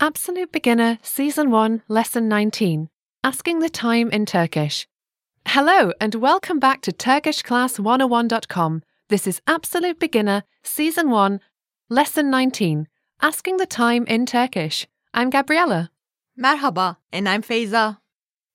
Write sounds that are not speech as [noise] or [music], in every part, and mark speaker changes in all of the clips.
Speaker 1: Absolute Beginner Season 1, Lesson 19 Asking the Time in Turkish. Hello, and welcome back to TurkishClass101.com. This is Absolute Beginner Season 1, Lesson 19 Asking the Time in Turkish. I'm Gabriella.
Speaker 2: Merhaba, and I'm Feyza.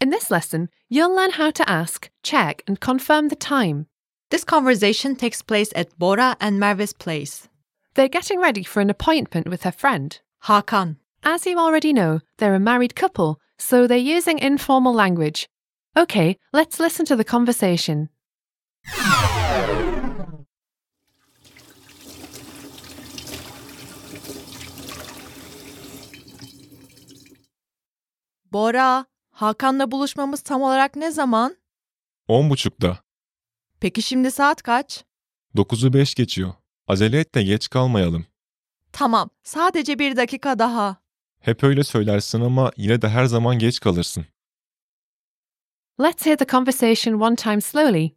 Speaker 1: In this lesson, you'll learn how to ask, check, and confirm the time.
Speaker 2: This conversation takes place at Bora and Merve's place.
Speaker 1: They're getting ready for an appointment with her friend.
Speaker 2: Hakan,
Speaker 1: As you already know, they're a married couple, so they're using informal language. Okay, let's listen to the conversation.
Speaker 2: Bora, Hakan'la buluşmamız tam olarak ne zaman?
Speaker 3: On buçukta.
Speaker 2: Peki şimdi saat kaç?
Speaker 3: Dokuzu beş geçiyor. Acele et de geç kalmayalım.
Speaker 2: Tamam, sadece bir dakika daha.
Speaker 3: Hep öyle söylersin ama yine de her zaman geç kalırsın.
Speaker 1: Let's hear the conversation one time slowly.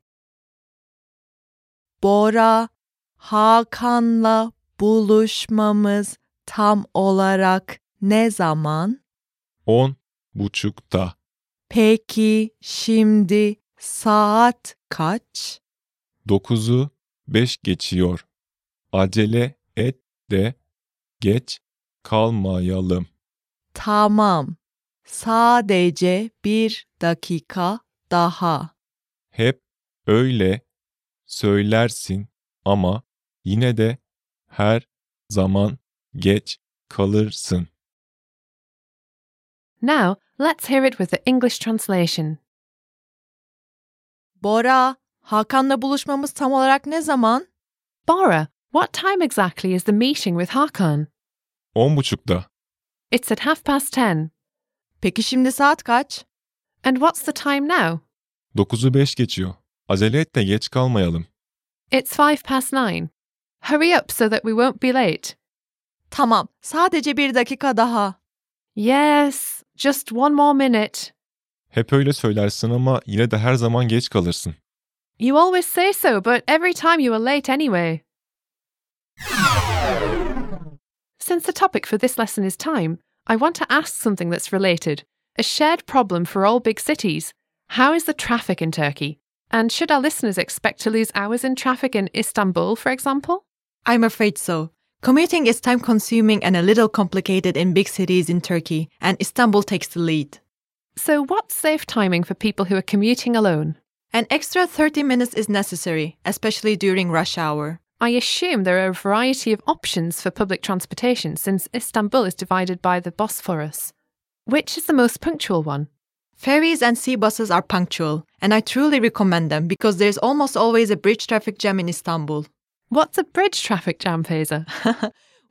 Speaker 2: Bora, Hakan'la buluşmamız tam olarak ne zaman?
Speaker 3: On buçukta.
Speaker 2: Peki şimdi saat kaç?
Speaker 3: Dokuzu beş geçiyor. Acele et de geç kalmayalım.
Speaker 2: Tamam. Sadece bir dakika daha.
Speaker 3: Hep öyle söylersin ama yine de her zaman geç kalırsın.
Speaker 1: Now, let's hear it with the English translation.
Speaker 2: Bora, Hakan'la buluşmamız tam olarak ne zaman?
Speaker 1: Bora, what time exactly is the meeting with Hakan?
Speaker 3: On buçukta.
Speaker 1: It's at half past ten.
Speaker 2: Peki şimdi saat kaç?
Speaker 1: And what's the time now?
Speaker 3: Dokuzu beş geçiyor. Acele et de geç kalmayalım.
Speaker 1: It's five past nine. Hurry up so that we won't be late.
Speaker 2: Tamam, sadece bir dakika daha.
Speaker 1: Yes, just one more minute.
Speaker 3: Hep öyle söylersin ama yine de her zaman geç kalırsın.
Speaker 1: You always say so, but every time you are late anyway. Since the topic for this lesson is time, I want to ask something that's related a shared problem for all big cities. How is the traffic in Turkey? And should our listeners expect to lose hours in traffic in Istanbul, for example?
Speaker 2: I'm afraid so. Commuting is time consuming and a little complicated in big cities in Turkey, and Istanbul takes the lead.
Speaker 1: So, what's safe timing for people who are commuting alone?
Speaker 2: An extra 30 minutes is necessary, especially during rush hour.
Speaker 1: I assume there are a variety of options for public transportation since Istanbul is divided by the Bosphorus. Which is the most punctual one?
Speaker 2: Ferries and sea buses are punctual, and I truly recommend them because there's almost always a bridge traffic jam in Istanbul.
Speaker 1: What's a bridge traffic jam, Faiza?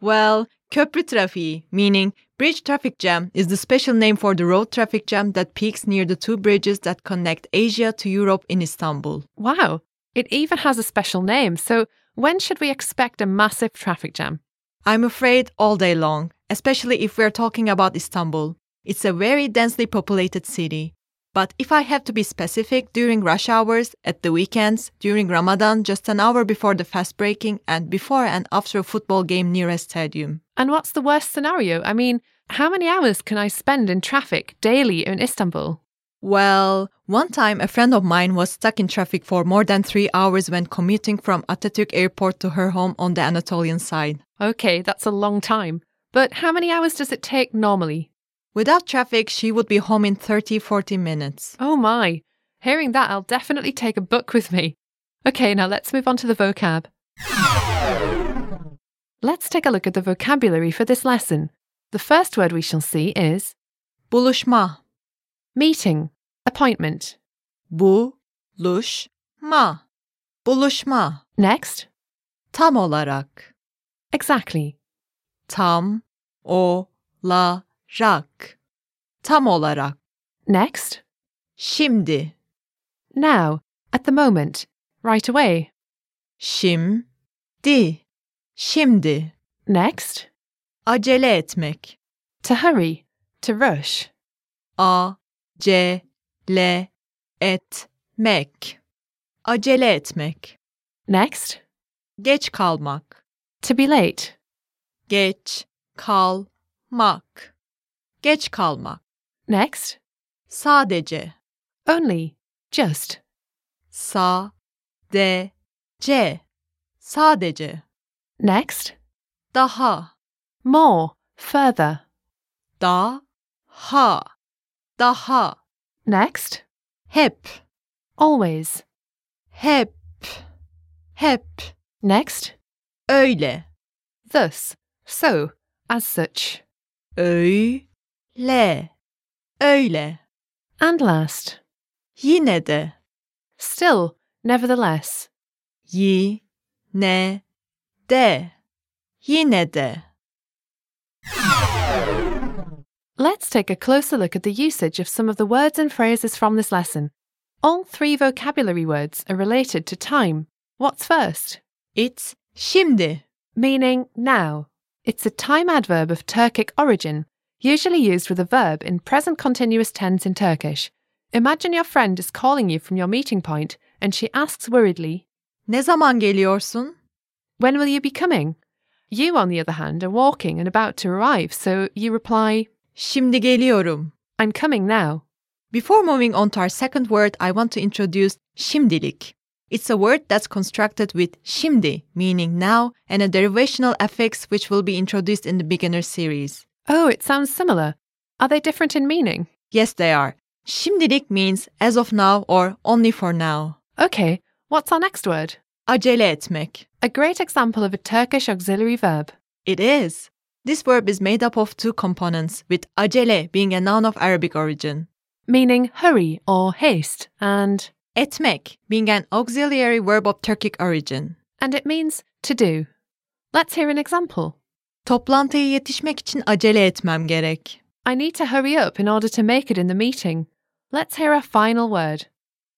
Speaker 2: Well, köprü trafiği, meaning bridge traffic jam, is the special name for the road traffic jam that peaks near the two bridges that connect Asia to Europe in Istanbul.
Speaker 1: [laughs] Wow, it even has a special name. So, when should we expect a massive traffic jam?
Speaker 2: I'm afraid all day long, especially if we're talking about Istanbul. It's a very densely populated city. But if I have to be specific, during rush hours, at the weekends, during Ramadan, just an hour before the fast breaking, and before and after a football game near a stadium.
Speaker 1: And what's the worst scenario? I mean, how many hours can I spend in traffic daily in Istanbul?
Speaker 2: Well, one time a friend of mine was stuck in traffic for more than three hours when commuting from Atatürk Airport to her home on the Anatolian side.
Speaker 1: Okay, that's a long time. But how many hours does it take normally?
Speaker 2: Without traffic, she would be home in 30 40 minutes.
Speaker 1: Oh my, hearing that, I'll definitely take a book with me. Okay, now let's move on to the vocab. Let's take a look at the vocabulary for this lesson. The first word we shall see is
Speaker 2: Buluşma.
Speaker 1: meeting, appointment.
Speaker 2: Bu-luş-ma. Buluşma.
Speaker 1: Next,
Speaker 2: Tam olarak.
Speaker 1: exactly.
Speaker 2: Tam olarak. Tam olarak.
Speaker 1: Next,
Speaker 2: Şimdi.
Speaker 1: now, at the moment, right away.
Speaker 2: Şimdi. Şimdi.
Speaker 1: Next,
Speaker 2: Acele etmek.
Speaker 1: to hurry, to rush.
Speaker 2: Acele etmek. Acele etmek.
Speaker 1: Next,
Speaker 2: Geç kalmak.
Speaker 1: to be late.
Speaker 2: Geç kalmak. Geç kalmak.
Speaker 1: Next,
Speaker 2: Sadece.
Speaker 1: only, just.
Speaker 2: Sa. De. C. Sadece.
Speaker 1: Next,
Speaker 2: Daha.
Speaker 1: more, further.
Speaker 2: Da. Ha. Daha.
Speaker 1: Next,
Speaker 2: Hep.
Speaker 1: always.
Speaker 2: Hep. Hep.
Speaker 1: Next,
Speaker 2: Öyle.
Speaker 1: thus, so, as such.
Speaker 2: Öyle. Öyle.
Speaker 1: And last,
Speaker 2: Yine de.
Speaker 1: still, nevertheless.
Speaker 2: Yine de. Yine de.
Speaker 1: Let's take a closer look at the usage of some of the words and phrases from this lesson. All three vocabulary words are related to time. What's first?
Speaker 2: It's şimdi.
Speaker 1: Meaning now. It's a time adverb of Turkic origin, usually used with a verb in present continuous tense in Turkish. Imagine your friend is calling you from your meeting point and she asks worriedly,
Speaker 2: Ne zaman geliyorsun?
Speaker 1: When will you be coming? You, on the other hand, are walking and about to arrive, so you reply,
Speaker 2: Şimdi geliyorum.
Speaker 1: I'm coming now.
Speaker 2: Before moving on to our second word, I want to introduce şimdilik. It's a word that's constructed with şimdi, meaning now, and a derivational affix which will be introduced in the beginner series.
Speaker 1: Oh, it sounds similar. Are they different in meaning?
Speaker 2: Yes, they are. Şimdilik means as of now or only for now.
Speaker 1: Okay, what's our next word?
Speaker 2: Acele etmek.
Speaker 1: A great example of a Turkish auxiliary verb.
Speaker 2: It is. This verb is made up of two components, with acele being a noun of Arabic origin,
Speaker 1: meaning hurry or haste, and
Speaker 2: etmek being an auxiliary verb of Turkic origin.
Speaker 1: and it means to do. Let's hear an example.
Speaker 2: Toplantıya yetişmek için acele etmem gerek.
Speaker 1: I need to hurry up in order to make it in the meeting. Let's hear our final word.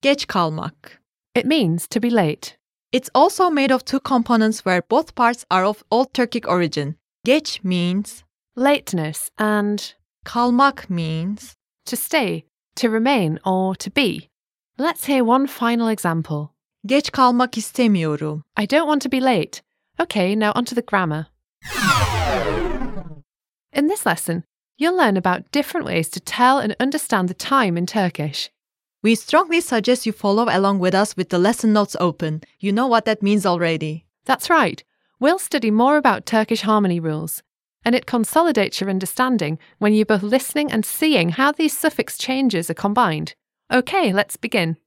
Speaker 2: Geç kalmak.
Speaker 1: It means to be late.
Speaker 2: It's also made of two components where both parts are of Old Turkic origin. Geç means
Speaker 1: Lateness and
Speaker 2: kalmak means
Speaker 1: to stay, to remain, or to be. Let's hear one final example.
Speaker 2: geç kalmak istemiyorum.
Speaker 1: I don't want to be late. Okay, now onto the grammar. In this lesson, you'll learn about different ways to tell and understand the time in Turkish.
Speaker 2: We strongly suggest you follow along with us with the lesson notes open. You know what that means already.
Speaker 1: That's right. We'll study more about Turkish harmony rules, and it consolidates your understanding when you're both listening and seeing how these suffix changes are combined. Okay, let's begin.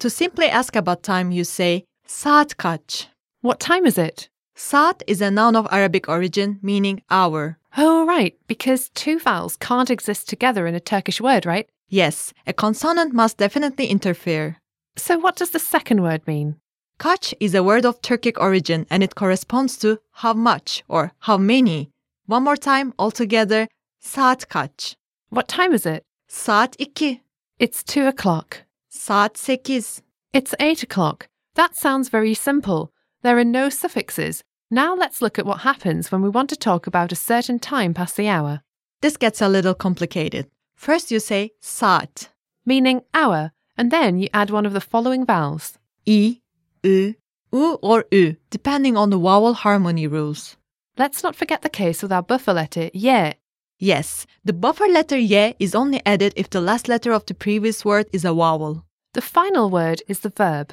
Speaker 2: To simply ask about time, you say saat kaç.
Speaker 1: What time is it?
Speaker 2: Saat is a noun of Arabic origin meaning hour.
Speaker 1: Oh, right, because two vowels can't exist together in a Turkish word, right?
Speaker 2: Yes, a consonant must definitely interfere.
Speaker 1: So, what does the second word mean?
Speaker 2: Kaç is a word of Turkic origin and it corresponds to how much or how many. One more time altogether, saat kaç?
Speaker 1: What time is it?
Speaker 2: Saat iki,
Speaker 1: It's two o'clock.
Speaker 2: saat sekiz.
Speaker 1: It's eight o'clock. That sounds very simple. There are no suffixes. Now let's look at what happens when we want to talk about a certain time past the hour,
Speaker 2: This gets a little complicated. First you say saat.
Speaker 1: meaning hour, and then you add one of the following vowels.
Speaker 2: I, ı, u or ü, depending on the vowel harmony rules.
Speaker 1: Let's not forget the case with our buffer letter ye.
Speaker 2: Yes, the buffer letter ye is only added if the last letter of the previous word is a vowel.
Speaker 1: The final word is the verb.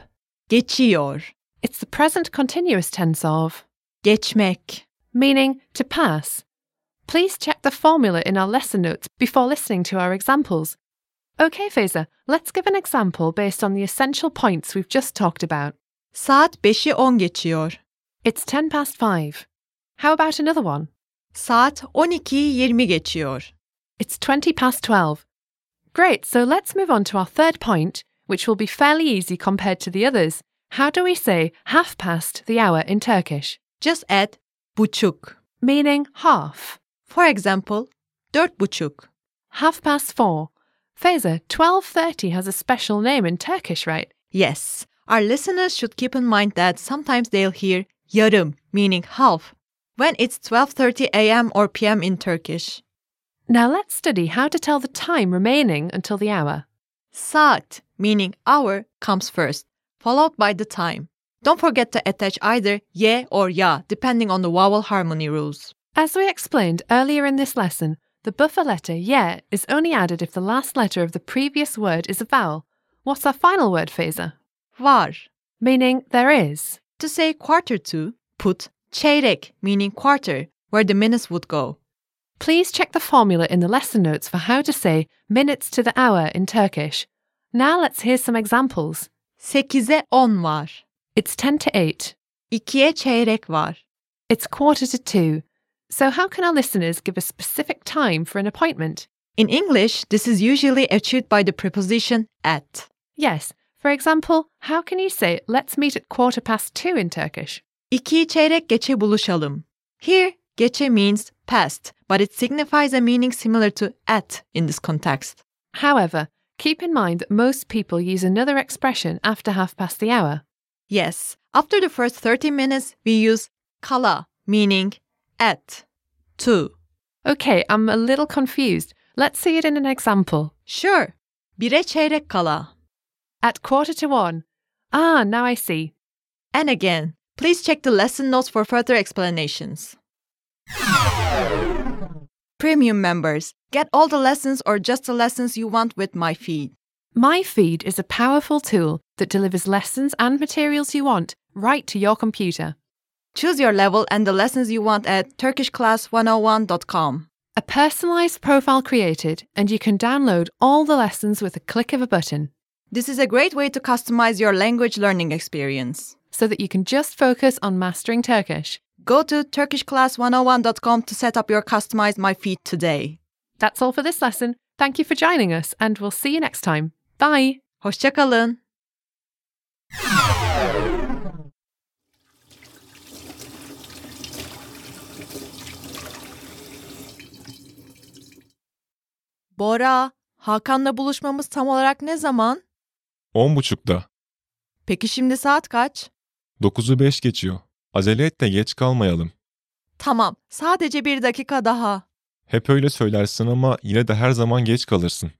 Speaker 2: Geçiyor,
Speaker 1: It's the present continuous tense of,
Speaker 2: geçmek.
Speaker 1: meaning to pass. Please check the formula in our lesson notes before listening to our examples. Okay, Fazer, let's give an example based on the essential points we've just talked about.
Speaker 2: Saat 5'i 10 geçiyor.
Speaker 1: It's ten past five. How about another one?
Speaker 2: Saat 12'yi 20 geçiyor.
Speaker 1: It's twenty past twelve. Great, so let's move on to our third point, which will be fairly easy compared to the others. How do we say half past the hour in Turkish?
Speaker 2: Just add buçuk.
Speaker 1: Meaning half.
Speaker 2: For example, dört buçuk.
Speaker 1: Half past four. Feza, 12.30 has a special name in Turkish, right?
Speaker 2: Yes, our listeners should keep in mind that sometimes they'll hear yarım, meaning half, when it's 12.30 a.m. or p.m. in Turkish.
Speaker 1: Now let's study how to tell the time remaining until the hour.
Speaker 2: Saat, meaning hour, comes first, followed by the time. Don't forget to attach either ye or ya, depending on the vowel harmony rules.
Speaker 1: As we explained earlier in this lesson, The buffer letter yeah is only added if the last letter of the previous word is a vowel. What's our final word, Faiza?
Speaker 2: Var.
Speaker 1: Meaning there is.
Speaker 2: To say quarter to, put çeyrek meaning quarter where the minutes would go.
Speaker 1: Please check the formula in the lesson notes for how to say minutes to the hour in Turkish. Now let's hear some examples.
Speaker 2: 8'e 10 var.
Speaker 1: It's 10 to 8.
Speaker 2: 2'ye çeyrek var.
Speaker 1: It's quarter to 2. So, how can our listeners give a specific time for an appointment?
Speaker 2: In English, this is usually achieved by the preposition at.
Speaker 1: Yes. For example, how can you say, let's meet at quarter past two in Turkish?
Speaker 2: 2 çeyrek geçe buluşalım. Here, geçe means past, but it signifies a meaning similar to at in this context.
Speaker 1: However, keep in mind that most people use another expression after half past the hour.
Speaker 2: Yes, after the first 30 minutes, we use kala, meaning at, to.
Speaker 1: Okay, I'm a little confused. Let's see it in an example.
Speaker 2: Sure, bire çeyrek kala.
Speaker 1: At quarter to one. Ah, now I see.
Speaker 2: And again, please check the lesson notes for further explanations. Premium members, get all the lessons or just the lessons you want with my feed.
Speaker 1: MyFeed is a powerful tool that delivers lessons and materials you want right to your computer.
Speaker 2: Choose your level and the lessons you want at turkishclass101.com.
Speaker 1: A personalized profile created, and you can download all the lessons with a click of a button
Speaker 2: This is a great way to customize your language learning experience.
Speaker 1: so that you can just focus on mastering Turkish.
Speaker 2: Go to turkishclass101.com to set up your customized my feed today.
Speaker 1: That's all for this lesson. Thank you for joining us, and we'll see you next time. Bye.
Speaker 2: Hoşçakalın. Bora, Hakan'la buluşmamız tam olarak ne zaman?
Speaker 3: 10.30'da.
Speaker 2: Peki şimdi saat kaç?
Speaker 3: 9'u 5 geçiyor. Acele et de geç kalmayalım.
Speaker 2: Tamam, sadece bir dakika daha.
Speaker 3: Hep öyle söylersin ama yine de her zaman geç kalırsın.